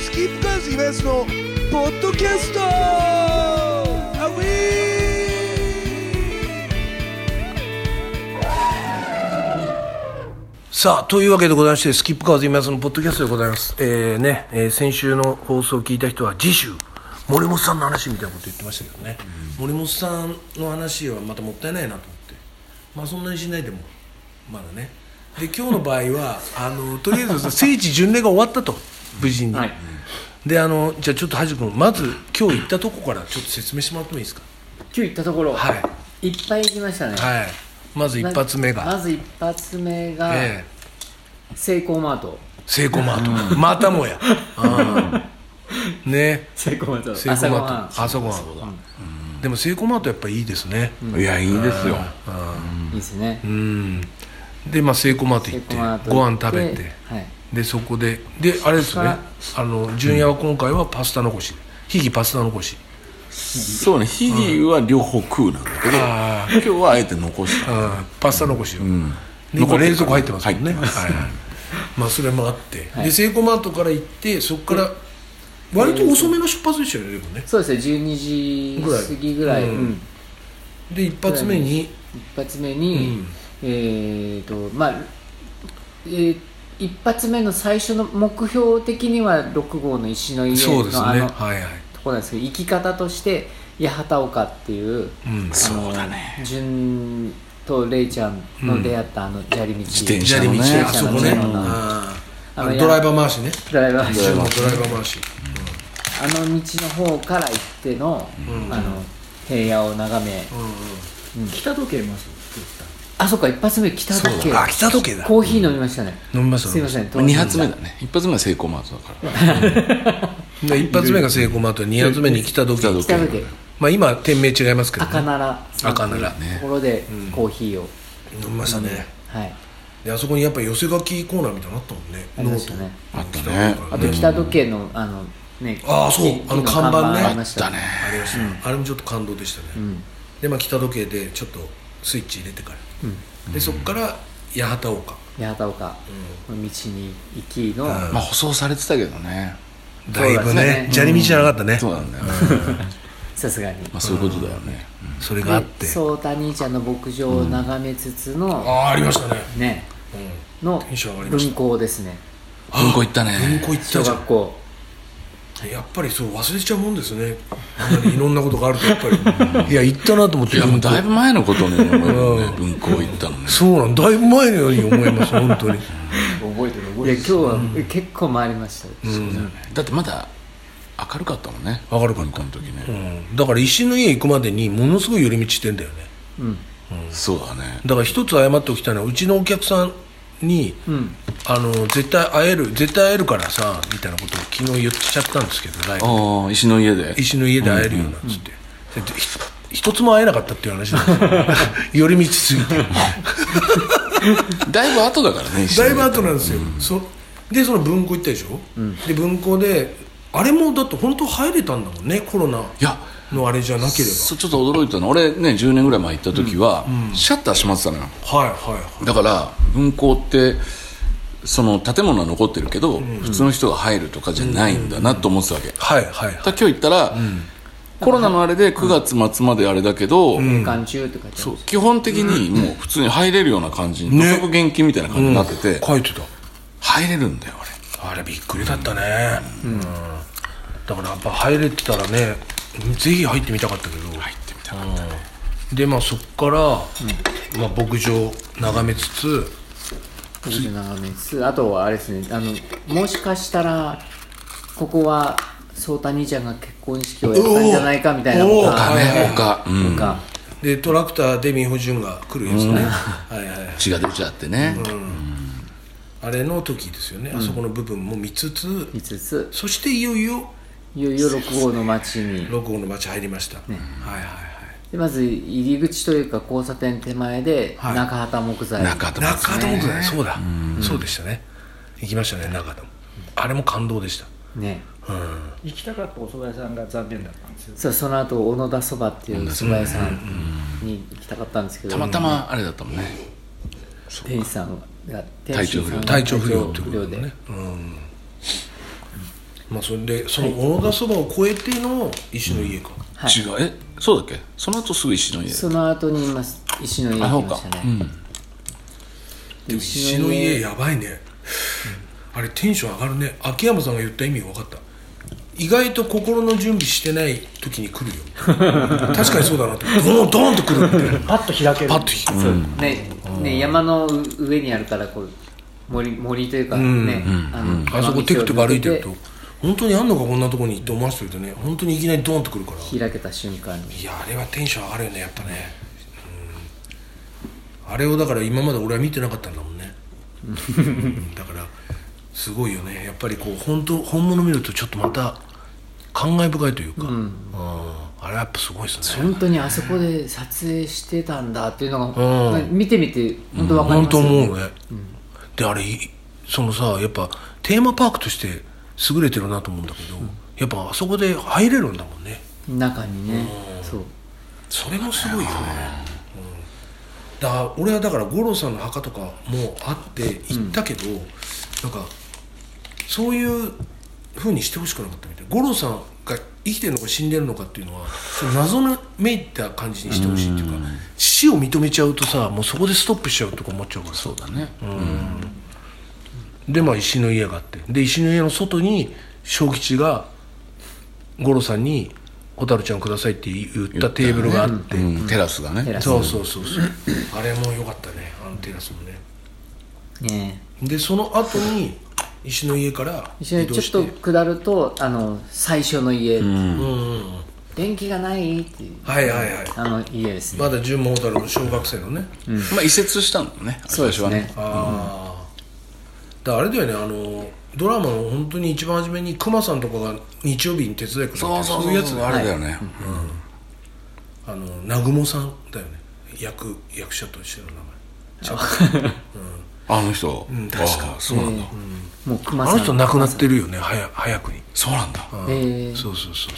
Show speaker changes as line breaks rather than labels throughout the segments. スキップカーズイベントのポッドキャストアウさあというわけでございましてスキップカーズイベントのポッドキャストでございますえー、ね、えー先週の放送を聞いた人は次週森本さんの話みたいなこと言ってましたけどね、森本さんの話はまたもったいないなと思ってまあそんなにしないでもまだねで今日の場合 はあのとりあえず聖地巡礼が終わったと無事に、
はい
であのじゃあちょっとハジ君まず今日行ったとこからちょっと説明してもらってもいいですか
今日行ったところ、、
はい
っぱい行きましたね、
はいまず一発目が、
まず一発目が、
え
セイコーマート
えセイコーマート、またもや、うん、ね
セイコーマート
セイコーマ
朝
ート朝ごはんでもセイコーマートやっぱいいですね
いやいいですよ
ごはんいいですね、
うんでまあセイコーマート
セ
行
イコーマー
っ
ト
てご飯食べて
はい、
でそこでであれですね
から
あの純也は今回はパスタ残しひぎパスタ残し
そうねひぎは両方食うなんだけど、
あ
今日はあえて残した
うんパスタ残しを、で
残
今
ってる
冷蔵庫入ってますもん
入
ね
ってます
はいはいまあそれもあって、
はい
でセイコーマートから行ってそこから割と遅めの出発でしたよねでもね
そうですね12時
ぐらい
過ぎぐらい、
うん
うん
で一発目に
一発目
う
に、
ん
えっ、とまあ、えー一発目の最初の目標的には6号の石の家の
そうですね
あ
はい
の
はい
ところなんですけど行き方として八幡岡っていう、
うん
そうだね
純とレイちゃんの出会ったあの砂利道、
自転
砂
車
利
の
道
ね
あそこね
うん
あーあ
あの
のドライバー回しね
ドライバー
ドライ
あ
バー回し
の道の方から行っての,、あの平野を眺め、
うんうん
北時計もそう
あそっか一発目北だけ
あ北時計だ
コーヒー飲みましたね、
飲みます
すいません
2発目だね一発目は成功マートだから
で一発目がセイコーマート二発目に北時計
北時
北だけ
まあ今店名違いますけど、
赤
ね、
なら
赤なら
ところでコーヒーを、
飲みましたね、
はい
であそこにやっぱ寄せ書きコーナーみたいなのあったもんね
ありましたね
あったね
あと北時計のあのね
あーそう
木
あの
木
看板ね
ありましたね
ありました、あれもちょっと感動でしたね、でまあ北時計でちょっとスイッチ入れてから、でそこから八幡岡
八幡岡の道に行きの、
まあ舗装されてたけどね
だい
そ
ぶ
うだね
ね砂利道じゃなかったね、
そうなんだよね
さすがに
まあそういうことだよね
それがあって
でそうた兄ちゃんの牧場を眺めつつの、
ああありましたね、
ね
う
の
テンション上がりました
分校ですね
文庫行ったね
ん、文庫行った
小
じゃ
学校
んやっぱりそう忘れちゃうもんですねあんまりいろんなことがあるとやっぱり いや行ったなと思って
いやもうだいぶ前のことのように思うよ
う
ね文庫行ったのね
そうなんだいぶ前のように思います本当に
覚えてる覚
いや
えて
今日は結構回りました、
そうだよねだってまだ明るかったもんね
明るかった
文庫の時
う
ね
んだから石の家行くまでにものすごい寄り道してんだよね
そうだね
だから一つ謝っておきたいのはうちのお客さんに、あの絶対会える絶対会えるからさみたいなことを昨日言っちゃったんですけどライブ
ああ石の家で
石の家で会えるようなっつって、でひ一つも会えなかったっていう話なんです よ寄り道すぎて
だいぶ後だからね石の
だ
家
いぶ後なんですよ、そでその文庫行ったでしょ、で文庫であれもだって本当入れたんだもんねコロナ
いや
のあれじゃなけれ
そうちょっと驚いたの俺ね10年ぐらい前行った時は、シャッター閉まってたのよ
ばはいはいはい
だから分校ってその建物は残ってるけど、普通の人が入るとかじゃないんだなと思ってたわけ、
はいはいはい
だから今日行ったら、コロナのあれで9月末まであれだけど、
期間中って書いてあ
そう基本的にもう普通に入れるような感じに土足厳禁みたいな感じになってて、
書いてた
入れるんだよ
あれびっくりだったねうん、だからやっぱ入れてたらねぜひ入ってみたかったけど
俺入ってみたら、
うんでまあそっから、まあ、牧場眺めつつ
るちょっと眺めつつあとはあれですねあのもしかしたらここはそうた兄ちゃんが結婚式をやったんじゃないかみたいな
おー
と
おー
他
か
ね他、うん
とか
でトラクターで美穂潤が来るやつね、はいはい
血が出ちゃってね、
あれの時ですよね、あそこの部分も見つつ
見つつ
そしていよいよ
いよいよ6号の町に
六号の町入りました、はいはいはい
でまず入り口というか交差点手前で
はい
中畑木材、
中田も
中畑もねそうだ、そうでしたね行きましたね中畑もあれも感動でした
ね
行きたかったお蕎麦屋さんが残念だったんですよ
そうその後小野田そばっていう蕎麦屋さんに行きたかったんですけど
たまたまあれだったもんね、
店主さんが
体調不良
店主さんが
体調不良っていうこと
体調不良で
ね、うん、まあそれでその小野田そばを超えての石の家か、
はい
違うえそうだっけその後すぐ石の家
その後に今石の家に
あそ
行
う
き
か
ましたね、
うん
でも石の家やばいね、あれテンション上がるね秋山さんが言った意味分かった意外と心の準備してない時に来るよ確かにそうだなってドーンドーンと来るみたいな
パッと開ける
パッと引く、
ねね山の上にあるからこう森森というかね、あの
あそこテクテク歩いてる
山道
と
を抜
本当にあんのかこんなとこにって思わせてるとね本当にいきなりドーンと来るから
けて開けた瞬間に
いやあれはテンション上がるよねやっぱね、うん、あれをだから今まで俺は見てなかったんだもんねうんだからすごいよねやっぱりこう本当本物見るとちょっとまた感慨深いというか、うん、あれはやっぱすごいですね
本当にあそこで撮影してたんだっていうの
う
が、
ん
見てみて本当わかり
本
ま
当
すよね、
思うね、であれいそのさやっぱテーマパークとして優れてるなと思うんだけど、やっぱあそこで入れるんだもんね
中にね、そう
それもすごいよね、うん、だから俺はだから五郎さんの墓とかもあって行ったけど、なんかそういうふうにしてほしくなかったみたい五郎さんが生きてるのか死んでるのかっていうのはその謎のめいた感じにしてほしいっていうか、死を認めちゃうとさもうそこでストップしちゃうとか思っちゃうからそうだ
ね
でまあ石の家があってで石の家の外に小吉が五郎さんに「蛍ちゃんください」って言ったテーブルがあって、
うんテラスがね
テラス
そうそうそうそうあれも良かったねあのテラスもね
ね
でその後に石の家から移
一緒に
動して
ちょっと下るとあの最初の家、
うんうんうん
電気がないっていう
はいはいはい
あの家ですね、
まだ純桃太郎の小学生のね、
まあ移設したのね
そうです
あれ
ね
ああだからあれだよねあのドラマの本当に一番初めに熊さんとかが日曜日に手伝いくれて
そうそう
そ
そうう
いう
や
やつ
つ
ね
があれだよね
あの南雲さんだよね役役者としての名前
あの人
ん確か
ああそうなんだ
もう熊
あ
さ
の
ん
人亡くなってるよね早早くに
そうなんだ
えー
そうそうそう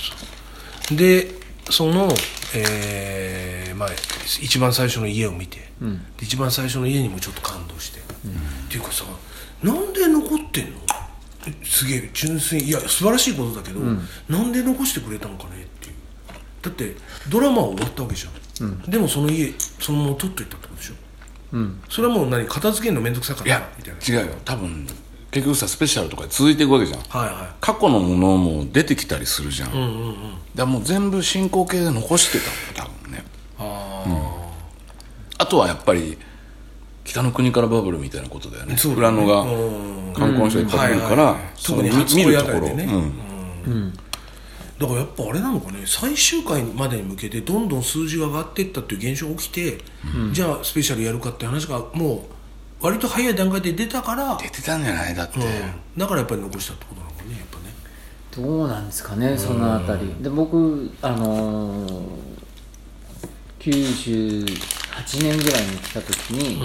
そうでその、えーまあ、一番最初の家を見て、で一番最初の家にもちょっと感動して、っていうかさなんで残ってんのえすげえ純粋いや素晴らしいことだけど、なんで残してくれたのかねっていうだってドラマは終わったわけじゃん、でもその家そのまま取っといたってことでしょ、それはもう何片付けるの面倒くさかっ
い
た
や
みたいな
違うよ多分結局さスペシャルとかで続いていくわけじゃん
はいはい
過去のものも出てきたりするじゃん,、だからもう全部進行形で残してたの多分ねあ,、あとはやっぱり北の国からバブルみたいなことだよね
そうだ
裏野
ね
が観光の人がいっぱい来るから、
うんはいはい
その
特に初
見
恋
る
あ
と
た
こ
り
ろ、
でね
うん
だからやっぱあれなのかね最終回までに向けてどんどん数字が上がっていったっていう現象が起きて、じゃあスペシャルやるかって話がもう割と早い段階で出たから、
出てたんじゃないだって、
うんだからやっぱり残したってことなのかねやっぱね
どうなんですかねそのあたりで僕あのー、98年ぐらいに来た時に、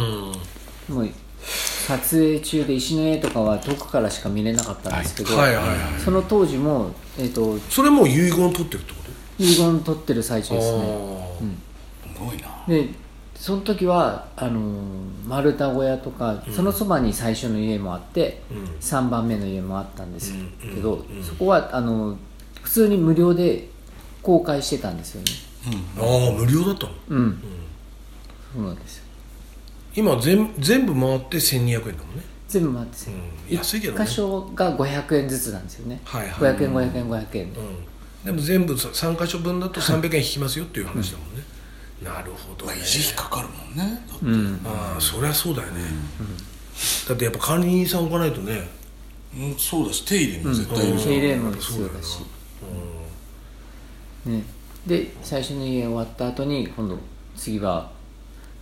もう撮影中で石の絵とかは遠くからしか見れなかったんですけど、
はいはいはい
その当時も、えー、と
それもう遺言取ってるってこ
遺言撮ってる最中
と
ですね
あー
すごいな
でその時はあのー丸太小屋とか、そのそばに最初の家もあって、3番目の家もあったんですけど、そこはあのー普通に無料で公開してたんですよね
あー無料だったの
うん、そうなんですよ
今全全部回って1200円だもんね、
全部回ってて、
うん、安いけどね
1箇所が500円ずつなんですよね、
はいはい
500円500円500円で、
うん、でも全部3箇所分だと300円引きますよっていう話だもんね、なるほど、ね、
維持費かかるもんねだって
ああそりゃそうだよね、だってやっぱ管理人さん置かないとね
うんそうだし手入れも絶対いるし、
手入れも必要だし、ね、で最初の家終わった後に今度次は、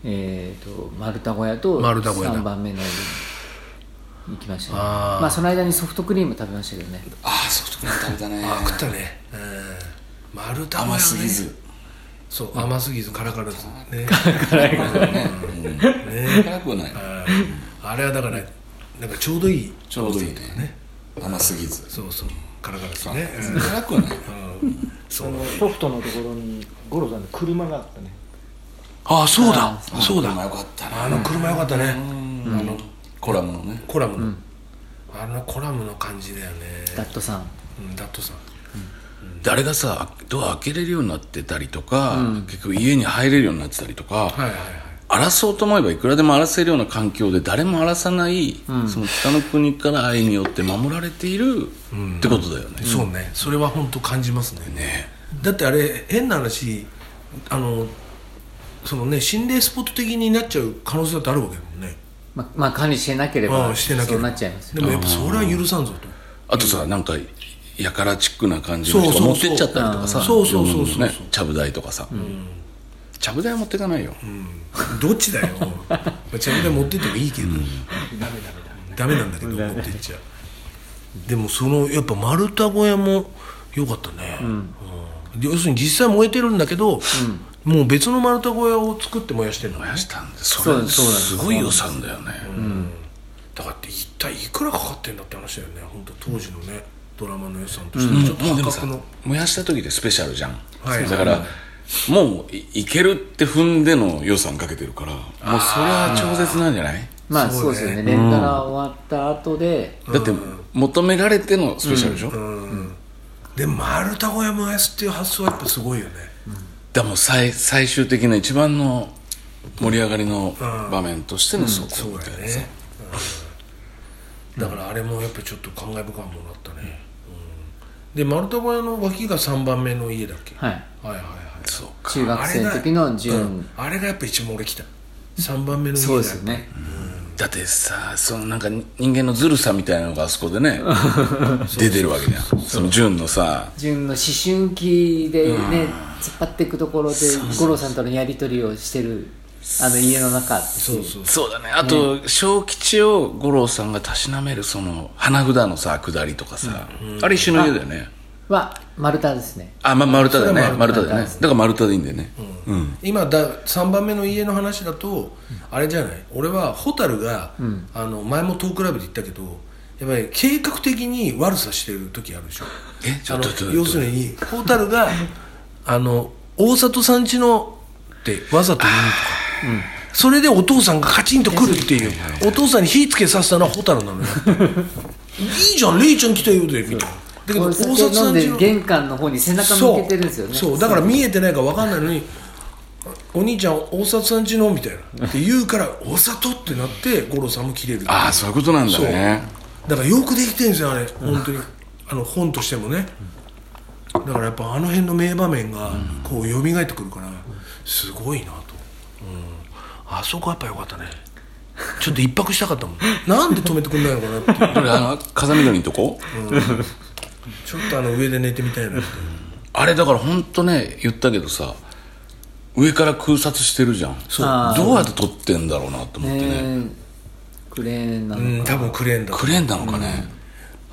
えー、と丸太小屋と
丸太小屋だ
3番目の家に行きましたね
あー
まあ、その間にソフトクリーム食べましたけどね
ああソフトクリーム食べたね
あ食ったね、うん、丸太はね
甘すぎず
そう甘すぎず辛からず ね
ね辛くはない
あれはだからなんかちょうどいい
ちょうどいいね甘すぎず
そうそう辛からずね、うん
辛くはない
そのソフトのところに五郎さんの車があったね
ああそうだ
あ
そうだ
まあよかったな
あの車よかったね
あのコラムのね
コラムの、あのコラムの感じだよね
ダットさん
うんだとさ
誰がさドア開けれるようになってたりとか、結局家に入れるようになってたりとか、
はいはいはい
争おうと思えばいくらでも争えるような環境で誰も荒らさない、その北の国から愛によって守られているってことだよね、
そうねそれは本当感じますねだってあれ変な話あのそのね心霊スポット的になっちゃう可能性だってあるわけだもんね
まあまあ管理してなけれ
あ
ば
あしてなきゃ
そうなっちゃいます
でもやっぱそれは許さんぞと
あとさなんかやからチックな感じの人
そう
が
そう
持って
そう
っちゃったりとかさ
そうそうそうそう
ねちゃぶ台とかさ、ちゃぶ台は持っていかないよ、
どっち だよまあちゃぶ台持ってってもいいけど、ダメダメダメなんだけど持ってっちゃうでもそのやっぱ丸太小屋もよかったね、うん要するに実際燃えてるんだけど、もう別の丸太小屋を作って燃やしてるのね
燃やしたんでそ
そう
れ
ですそうなんです
すごい予算だよね、
だからって一体いくらかかってんだって話だよね本当当時のねドラマの予算と
うん
してちょっと
もうでも
破
さ
格の、
燃やした時でスペシャルじゃん、
はい
だから、もういいけるって踏んでの予算かけてるからもうそれは超絶なんじゃない、
まあそうですよねレンタラ終わった後で
だって求められてのスペシャルでしょ、
でも丸太小屋燃やすっていう発想はやっぱすごいよね、
だからもう最最終的な一番の盛り上がりの場面としてのそこ
そう
み
だ
たい
よ
なさ、
ね、うんだからあれもやっぱちょっと感慨深いものだったね、うんで丸太小屋の脇が3番目の家だっけ、
はい
はいはいはい
そうか
中学生の時の
あれが,、
純
あれがやっぱ一番俺来た3番目の家だ
そうですよね
だってさそのなんか人間のずるさみたいなのがあそこで ね出てるわけじゃんその純のさ
純の思春期でね突っ張っていくところで五郎さんとのやり取りをしてるあの家の中
そうそう
そうだねあと小吉を五郎さんがたしなめるその花札のさ下りとかさ、あれ一緒の家だよね
は丸太ですね
あま丸太だよね丸太だよね
丸
だから丸太でいいんだよね、
今だ3番目の家の話だと、あれじゃない俺は蛍が、あの前もトークライブで言ったけどやっぱり計画的に悪さしてる時あるで しょ
えちょ
あ
っ
の
とちょっと
要するに蛍が あの大里さんちのってわざと言うとか、それでお父さんがカチンと来るっていうお父さんに火つけさせたのは蛍 なのよいいじゃんレイちゃん来たよでみたいなだけど
お
大
酒
里さ
飲ん
ん
で
ち
る
の
玄関の方に背中向けてるんですよね
そうそうだから見えてないから分かんないのに「お兄ちゃん大里さんちの」みたいなって言うから「大里」ってなって五郎さんも切れる
ああそういうことなんだね
だからよくできてるんですよあれ本当にあの本としてもねだからやっぱあの辺の名場面がこう蘇ってくるからすごいなと、うん、あそこはやっぱ良かったねちょっと一泊したかったもんなんで止めてくんないのかなっていう
これあの風見鶏のとこ、
ちょっとあの上で寝てみたいなって
あれだから本当ね言ったけどさ上から空撮してるじゃん
あー
どうやって撮ってんだろうなと思ってね、
ねえクレーンなの
うん多分クレーンだと
クレーンなのかね、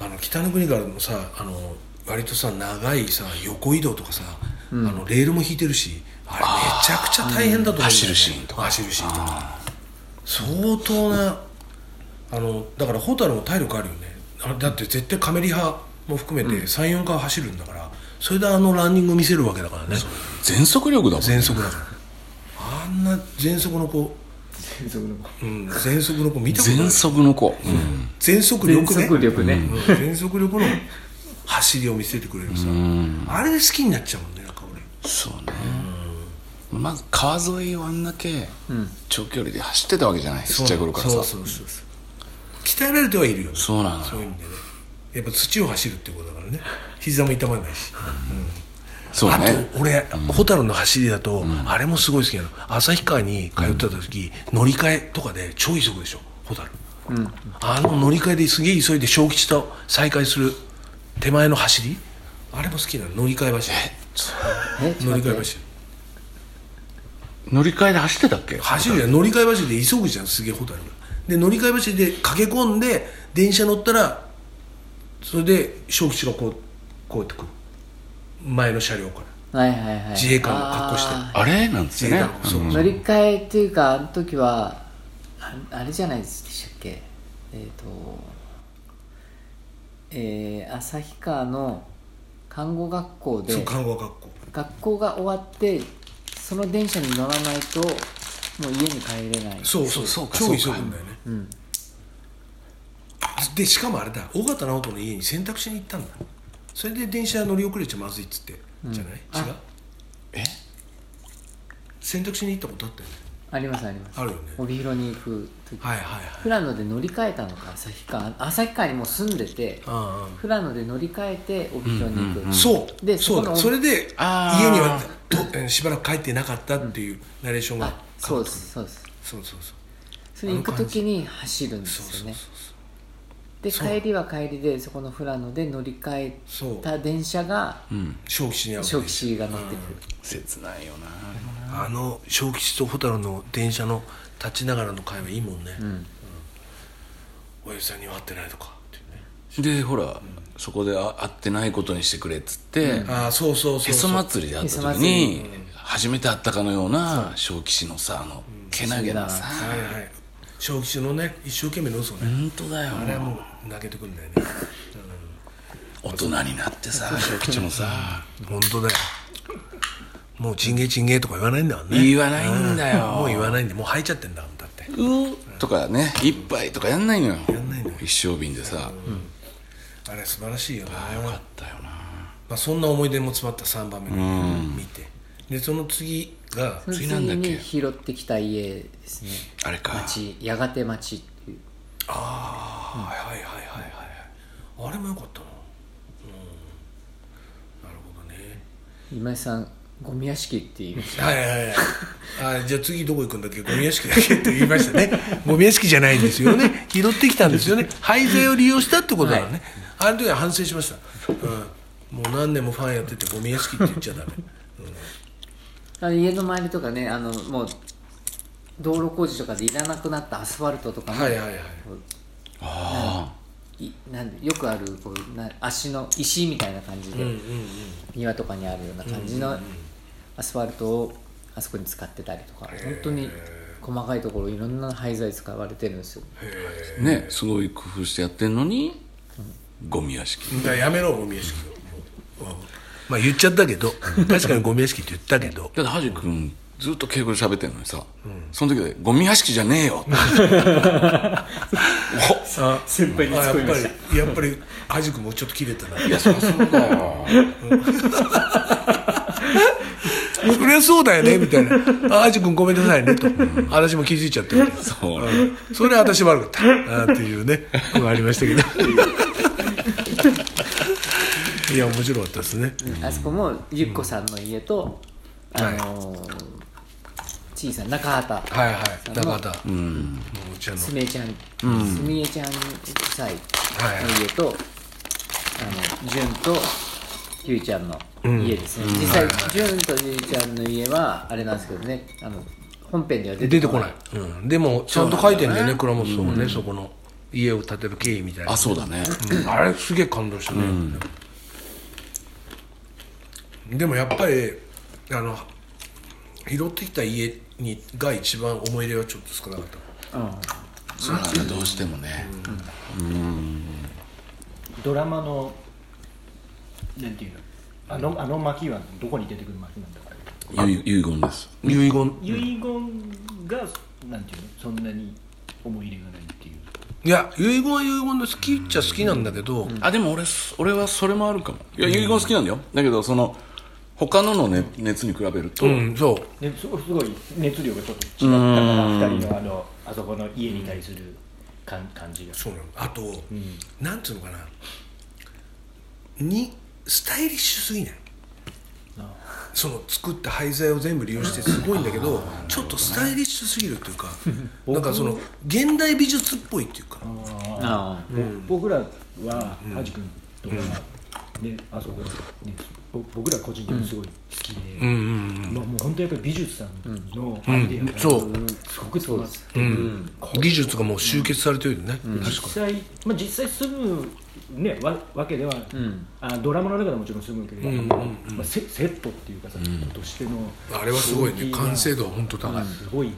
あの北の国からのさあの割とさ長いさ横移動とかさ、あのレールも引いてるしあれめちゃくちゃ大変だと思うんだよね、
走るシーンとか
走るシーンとか相当なあのだから蛍も体力あるよねあれだって絶対カメリ派も含めて34回走るんだからそれであのランニング見せるわけだからね
全速力だもん
全速だからあんな全速の子、
全速の
うん、全速の子見たことない
全速の子、
全速
全
力ね
速力ね
うん全速力の走りを見せてくれるさ、あれで好きになっちゃうもんねなんか俺
そうね、まず川沿いをあんだけ長距離で走ってたわけじゃないちっちゃい頃からさ
そうそうそうそう鍛えられてはいるよね
そうなのよ
そういう意味でねやっぱ土を走るってことだからね膝も痛まないし
そう
あ
ね
と俺蛍の走りだと、あれもすごい好きなの旭川に通ってた時、乗り換えとかで超急ぐでしょ蛍、あの乗り換えですげえ急いで小吉と再会する手前の走りあれも好きなの乗り換え走
え
り
ちょっ
乗
と
り
待
換え
って
走り
乗り換えで走ってたっけ
走るじゃん乗り換え走りで急ぐじゃんすげえホタルがで乗り換え走りで駆け込んで電車乗ったらそれで小吉がこうこうやってくる前の車両から
はいはいはい
自衛官の格好して
あ
あれなんです
自衛
よね
団のそう
ー乗り換えっていうかあの時はああれじゃないでしたっけえっ、とえー旭川の看護学校
そう
で
看護学校
学校が終わってその電車に乗らないともう家に帰れない
そうそう
そうか
超
そうか
急ぐんだよね、でしかもあれだ尾形直人の家に洗濯しに行ったんだそれで電車乗り遅れちゃまずいっつって、じゃない違う
え
選択肢に行ったことあったよね
ありますあります
あるよね
帯広に行く時
はいはいはい
富良野で乗り換えたのか旭川旭川にもう住んでて
あ
富良野で乗り換えて帯広に行く、
あそう
で
そう
そこ
だ
の
それで
あー
家にはとえしばらく帰ってなかったっていうナレーションが
あそうですそうです
そうそうそう
それ行く時に走るんで
そう
す
そう
よ
そう
ねで
そう
帰りは帰りでそこの富良野で乗り換
そ
え
う
た電車が
うん
小吉に会う
小吉が乗ってくる
切ないよな
あの小吉と蛍の電車の立ちながらの会話いいもんね、
ん
親父さんには会ってないとかっていうね
でほらそこであ会ってないことにしてくれっつって
ああそうそうそう
へそ
そう
祭りで会った時
へ
に初めて会ったかのような小騎士のさあのけなげなさ
はいはい小吉のね一生懸命の嘘ね、
本当だよ
あれはもう泣けてくんだよね、
大人になって さ小吉もさ
本当だよもうチンゲチンゲとか言わないんだもんね
言わないんだよ
もう言わないんでもう吐いちゃってんだもんだって
うーとかね一杯とかやんないのよ
んないのよ
一升瓶でさ
あれ素晴らしいよね
よかったよな
まあ、そんな思い出も詰まった3番目の見てでその次が
その次
次なんだっけ
に拾ってきた家ですね
あれか
町やがて町っていう
ああ、はいはいはいはいはいあれもよかったなうんなるほどね
今井さんゴミ屋敷っていう
はいはいはいあじゃあ次どこ行くんだっけゴミ屋敷だっけって言いましたね ゴミ屋敷じゃないんですよね拾ってきたんですよね廃材を利用したってことだよね、あの時は反省しました、うん、もう何年もファンやっててゴミ屋敷って言っちゃダメ
あの家の周りとかねあのもう道路工事とかでいらなくなったアスファルトとかも、
はいはいはい
あ
いなんでよくあるこうな足の石みたいな感じで、
うんうんうん
庭とかにあるような感じのアスファルトをあそこに使ってたりとか、本当に細かいところいろんな廃材使われてるんですよ
あねすごい工夫してやってんのにゴミ屋敷
だからやめろゴミ屋敷を、うんまあ言っちゃったけど確かにゴミ屋敷って言ったけど
だってハジ君ずっと敬語で喋ってんのにさ、その時で「ゴミ屋敷じゃねえよ」
あ
先輩に
あや
突
っ
っ
ぱ
込みまし
りやっぱりハジ君もちょっと切れたな
いやそりゃそうだよ
そりゃそうだよねみたいなあハジ君ごめんなさいねと私も気づいちゃってみたいな
そう
うんそれは私悪かったあーっていうねのがありましたけどいや面白かったですね
あそこもゆっこさんの家と、あのー小さな中畑
はいはい
その
中田
うん
もうちゃんの
すみえちゃん、すみえちゃん夫妻
は
の
いはい
家と、あの、じゅんとゆいちゃんの家ですね。実際、じゅんとゆいちゃんの家は、あれなんですけどね、あの、本編では出
出
て
て
こ
こ
な
ないい。、うん、でもちゃんと書いてんだよね倉本さんはね、そこの家を建てる経緯みたいな
あそうだね
うんあれすげえ感動したね、でもやっぱりあの拾ってきた家にが一番思い入れはちょっと少なかった
そうなんだどうしてもね、
ドラマのなんていうのあのあの巻はどこに出てくる巻なんだから
ゆ遺言です
遺言
遺言がなんていうのそんなに思い入れがないっていう
いや遺言は遺言で好きっちゃ好きなんだけど、
あでも俺す俺はそれもあるかもいや遺言好きなんだよだけどその他のの、ね、熱に比べると、
うん、そう
ね、すごいすごい熱量がちょっと違ったから二人のあのあそこの家に対する感感じが
そうなのあと、なんていうのかなにスタイリッシュすぎないその作った廃材を全部利用してすごいんだけどちょっとスタイリッシュすぎるという かなんかその現代美術っぽいっていうか
ああ
僕らはハジ君とかが、ね、あそこ、ね、ぼ僕ら個人的にすごい好きで、まあ、もう本当やっぱり美術さんのアイデアがす
そ
ご
う
く詰まってて、
技術がもう集結されてるよね、確か
実際、まあ、実際住む、ね、わわけでは、あドラマの中でもちろん住むけど、まあ、セセットっていうかさ、としての
にあれはすごいね
クオリティが
完成度は本当高い、
すごい、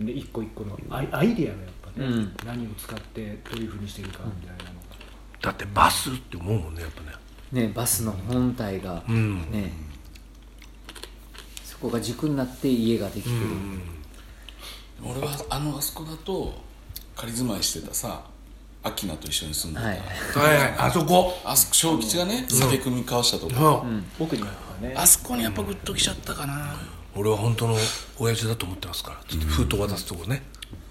ね、一個一個のアイアイデアがやっぱね、
うん
何を使ってどういうふうにしてるかみたいなのが。
だってバスって思うもんねやっぱね
ね、バスの本体が、
ん
ね、そこが軸になって家ができてる。
俺はあのあそこだと仮住まいしてたさアキナと一緒に住んでた、
はい
はいはいあそこ
あそこ小吉がね酒組み交わしたとこ、
うん
奥にあるからね
あそこにやっぱグッときちゃったかな、
俺は本当の親父だと思ってますからつって封筒渡すとこね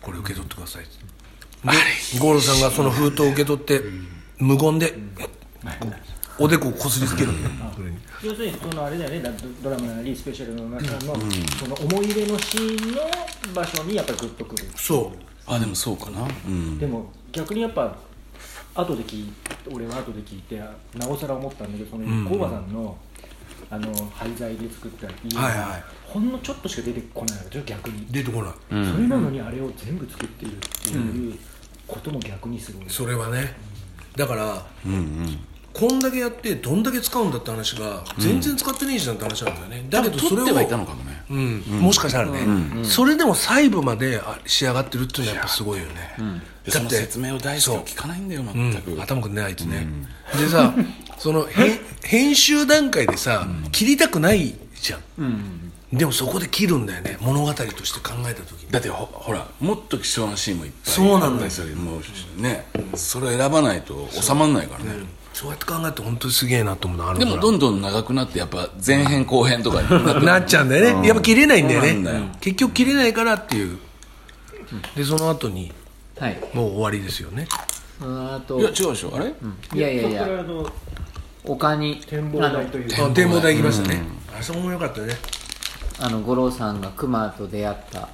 これ受け取ってくださいってでゴールさんがその封筒を受け取って無言でおでこをこすりつける上に
要するにそのあれだよねだドラマなりスペシャルの中の、その思い出のシーンの場所にやっぱりグッとくる
そう
あでもそうかなうん
でも逆にやっぱ後で聞い俺は後で聞いてなおさら思ったんだけどその工場さんの、あの廃材で作った家が、
はいはい
ほんのちょっとしか出てこないわけでしょ逆に、
出てこない
それなのにあれを全部作っているっていうことも逆にすごい、
それはねだから
うんうん
こんだけやってどんだけ使うんだって話が全然使ってねえじゃんって話なんだよね、だけどそれ
取
を
ってはいたのかもね
うんもしかしたらね、それでも細部まであ仕上がってるっていうのはやっぱすごいよね、
でその説明を大好きは聞かないんだよ全く、
うん、頭くんねあいつね、でさその編編集段階でさ、切りたくないじゃん、でもそこで切るんだよね物語として考えた時に
だってほほらもっと貴重なシーンもいっぱい
そうなんだよ
ですよもうねそれを選ばないと収まらないからね、
そうやって考えて本当にすげえなと思うのあの
でもどんどん長くなってやっぱ前編後編とかになって
なっちゃうんだよね、やっぱ切れないんだよね
そうなんだよ
結局切れないからっていうでその後に
はい
もう終わりですよね
その 後
いや違うでしょあれ、
いやいやい
それ
や
はあの
丘に
展望台というか
あ展望台行きましたね、あそこも良かったね
あのあの五郎さんが熊と出会った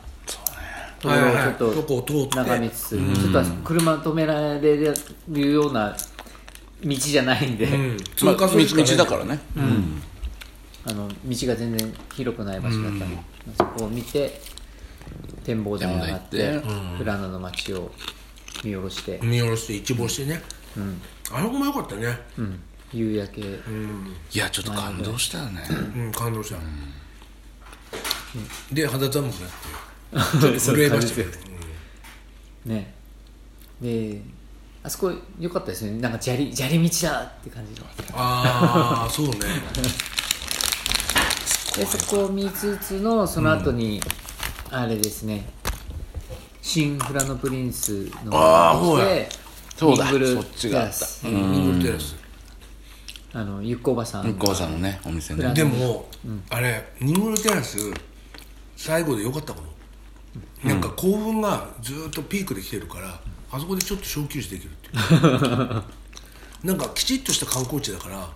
とこ
はい
ろ
は
を
い
ちょ
はい
っと
とこを通って
眺めつつ、ちょっと車止められるような道じゃないんで、
うん通
まあ、
過
道
するしかない
道だからね、
あの道が全然広くない場所だったので、そこを見て展望台に上がって
展望
富良野の街を見下ろして、
見下ろして一望してね、あそこも良かったね
うん夕焼け、
いやちょっと感動したよね、
うん感動した、で肌寒くな って震えましたけど
ねであそこ良かったですよねなんか砂利砂利道だって感じの
ああそうね
でそこを見つつのその後に、あれですね新フラノプリンスの
あー
方
ほうや
で
そうだ
ミングル
そっちがあった
テラス
ミングルテラス
あのゆっこおばさん
向こうさんのねお店ね
でも、あれミングルテラス最後で良かったかも、なんか興奮がずーっとピークで来てるからあそこでちょっと小休止できる っていうなんかきちっとした観光地だから、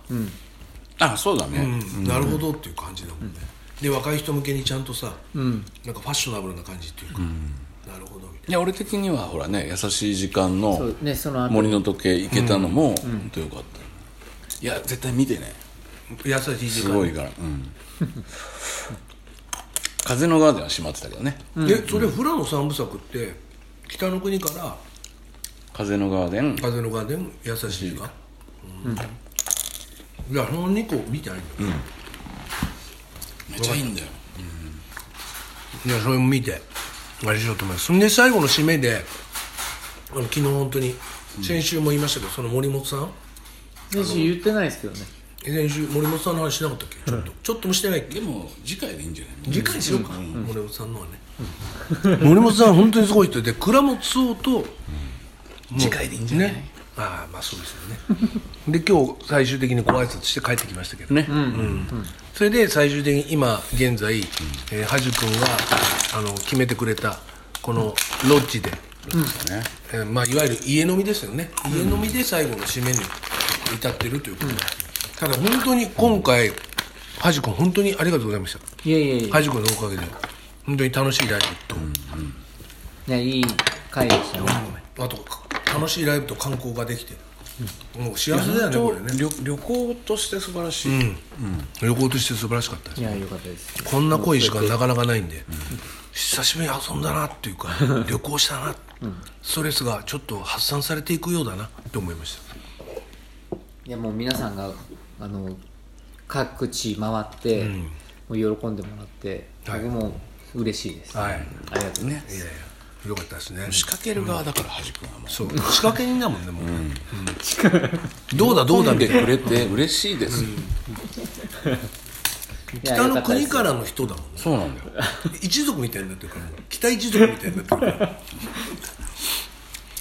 あそうだね、
うんなるほどっていう感じだもんね、で若い人向けにちゃんとさ、なんかファッショナブルな感じっていうか、なるほどみたい
いや俺的にはほらね優しい時間
そ
の
うねその後
森の時計行けたのも本当よかった、いや絶対見てね
な優しい時
す
間
ごいから、うん、 風のガーデンは閉まってたけどね
でそれフラの三部作って北の国から
風のガーデン
風のガーデン優しいがうんいやその2個見てないんだよ、
めっちゃいいんだよ
いやそれも見てあれしようと思いますんで最後の締めであの昨日本当に先週も言いましたけどその森本さん
先週言ってないですけどね
先週森本さんの話しなかったっけちょっとちょっともしてないっけ
でも次回でいいんじゃない
次回しようか、森本さんのはね、森本さん本当にすごい人で倉本壮と、次回でいいんじゃないねああまあそうですよねで今日最終的にご挨拶して帰ってきましたけどね、それで最終的に今現在、えー、ハジ君があの決めてくれたこのロッジで、
ね
えーまあ、いわゆる家飲みですよね、家飲みで最後の締めに至ってるということで、ただ本当に今回、ハジ君本当にありがとうございました
いやいやいや、
ハジ君のおかげで本当に楽しいライブと、
ね、いい回でしたね
あと楽しいライブと観光ができて、もう幸せだよねこれね
旅旅行として素晴らしい、
旅行として素晴らしかったです
いや良かったです
こんな濃い時間なかなかないんで、久しぶりに遊んだなっていう か旅行したな、ストレスがちょっと発散されていくようだなって思いました
いやもう皆さんがあの各地回って、もう喜んでもらって、
はい
僕も嬉しいです、
はいい
ありがとうね
やいやよかったですね
仕掛ける側だから端くんはもう
そう仕掛け人だもんねもうね、うんどうだどうだ
飲ん
み
で
た
く
いな
れて嬉しいです、
北の国からの人だもんね
そうなんだよ
一族みたいになってるから北一族みたいになってるから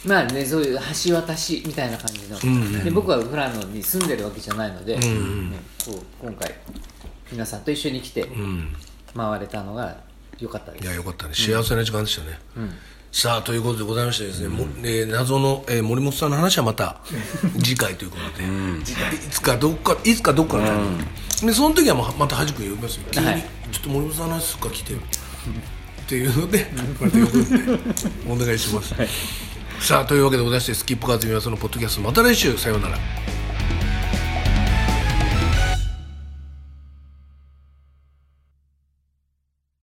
まあね、そういう橋渡しみたいな感じの、で僕は富良野に住んでるわけじゃないので、ねこう今回皆さんと一緒に来て回れたのが良かったで
い
す、
やよかったね幸せな時間でしたね、さあということでございましてですね、もえー謎の、えー森本さんの話はまた次回ということで、いつかどっかいつかどっかのタイミングでその時はもうまたはじくん呼びますよ急に、
はい
ちょっと森本さんの話すっか来てよっていうのでまた呼ぶんでお願いします、さあというわけでございましてスキップカーズミはそのポッドキャストまた来週さようなら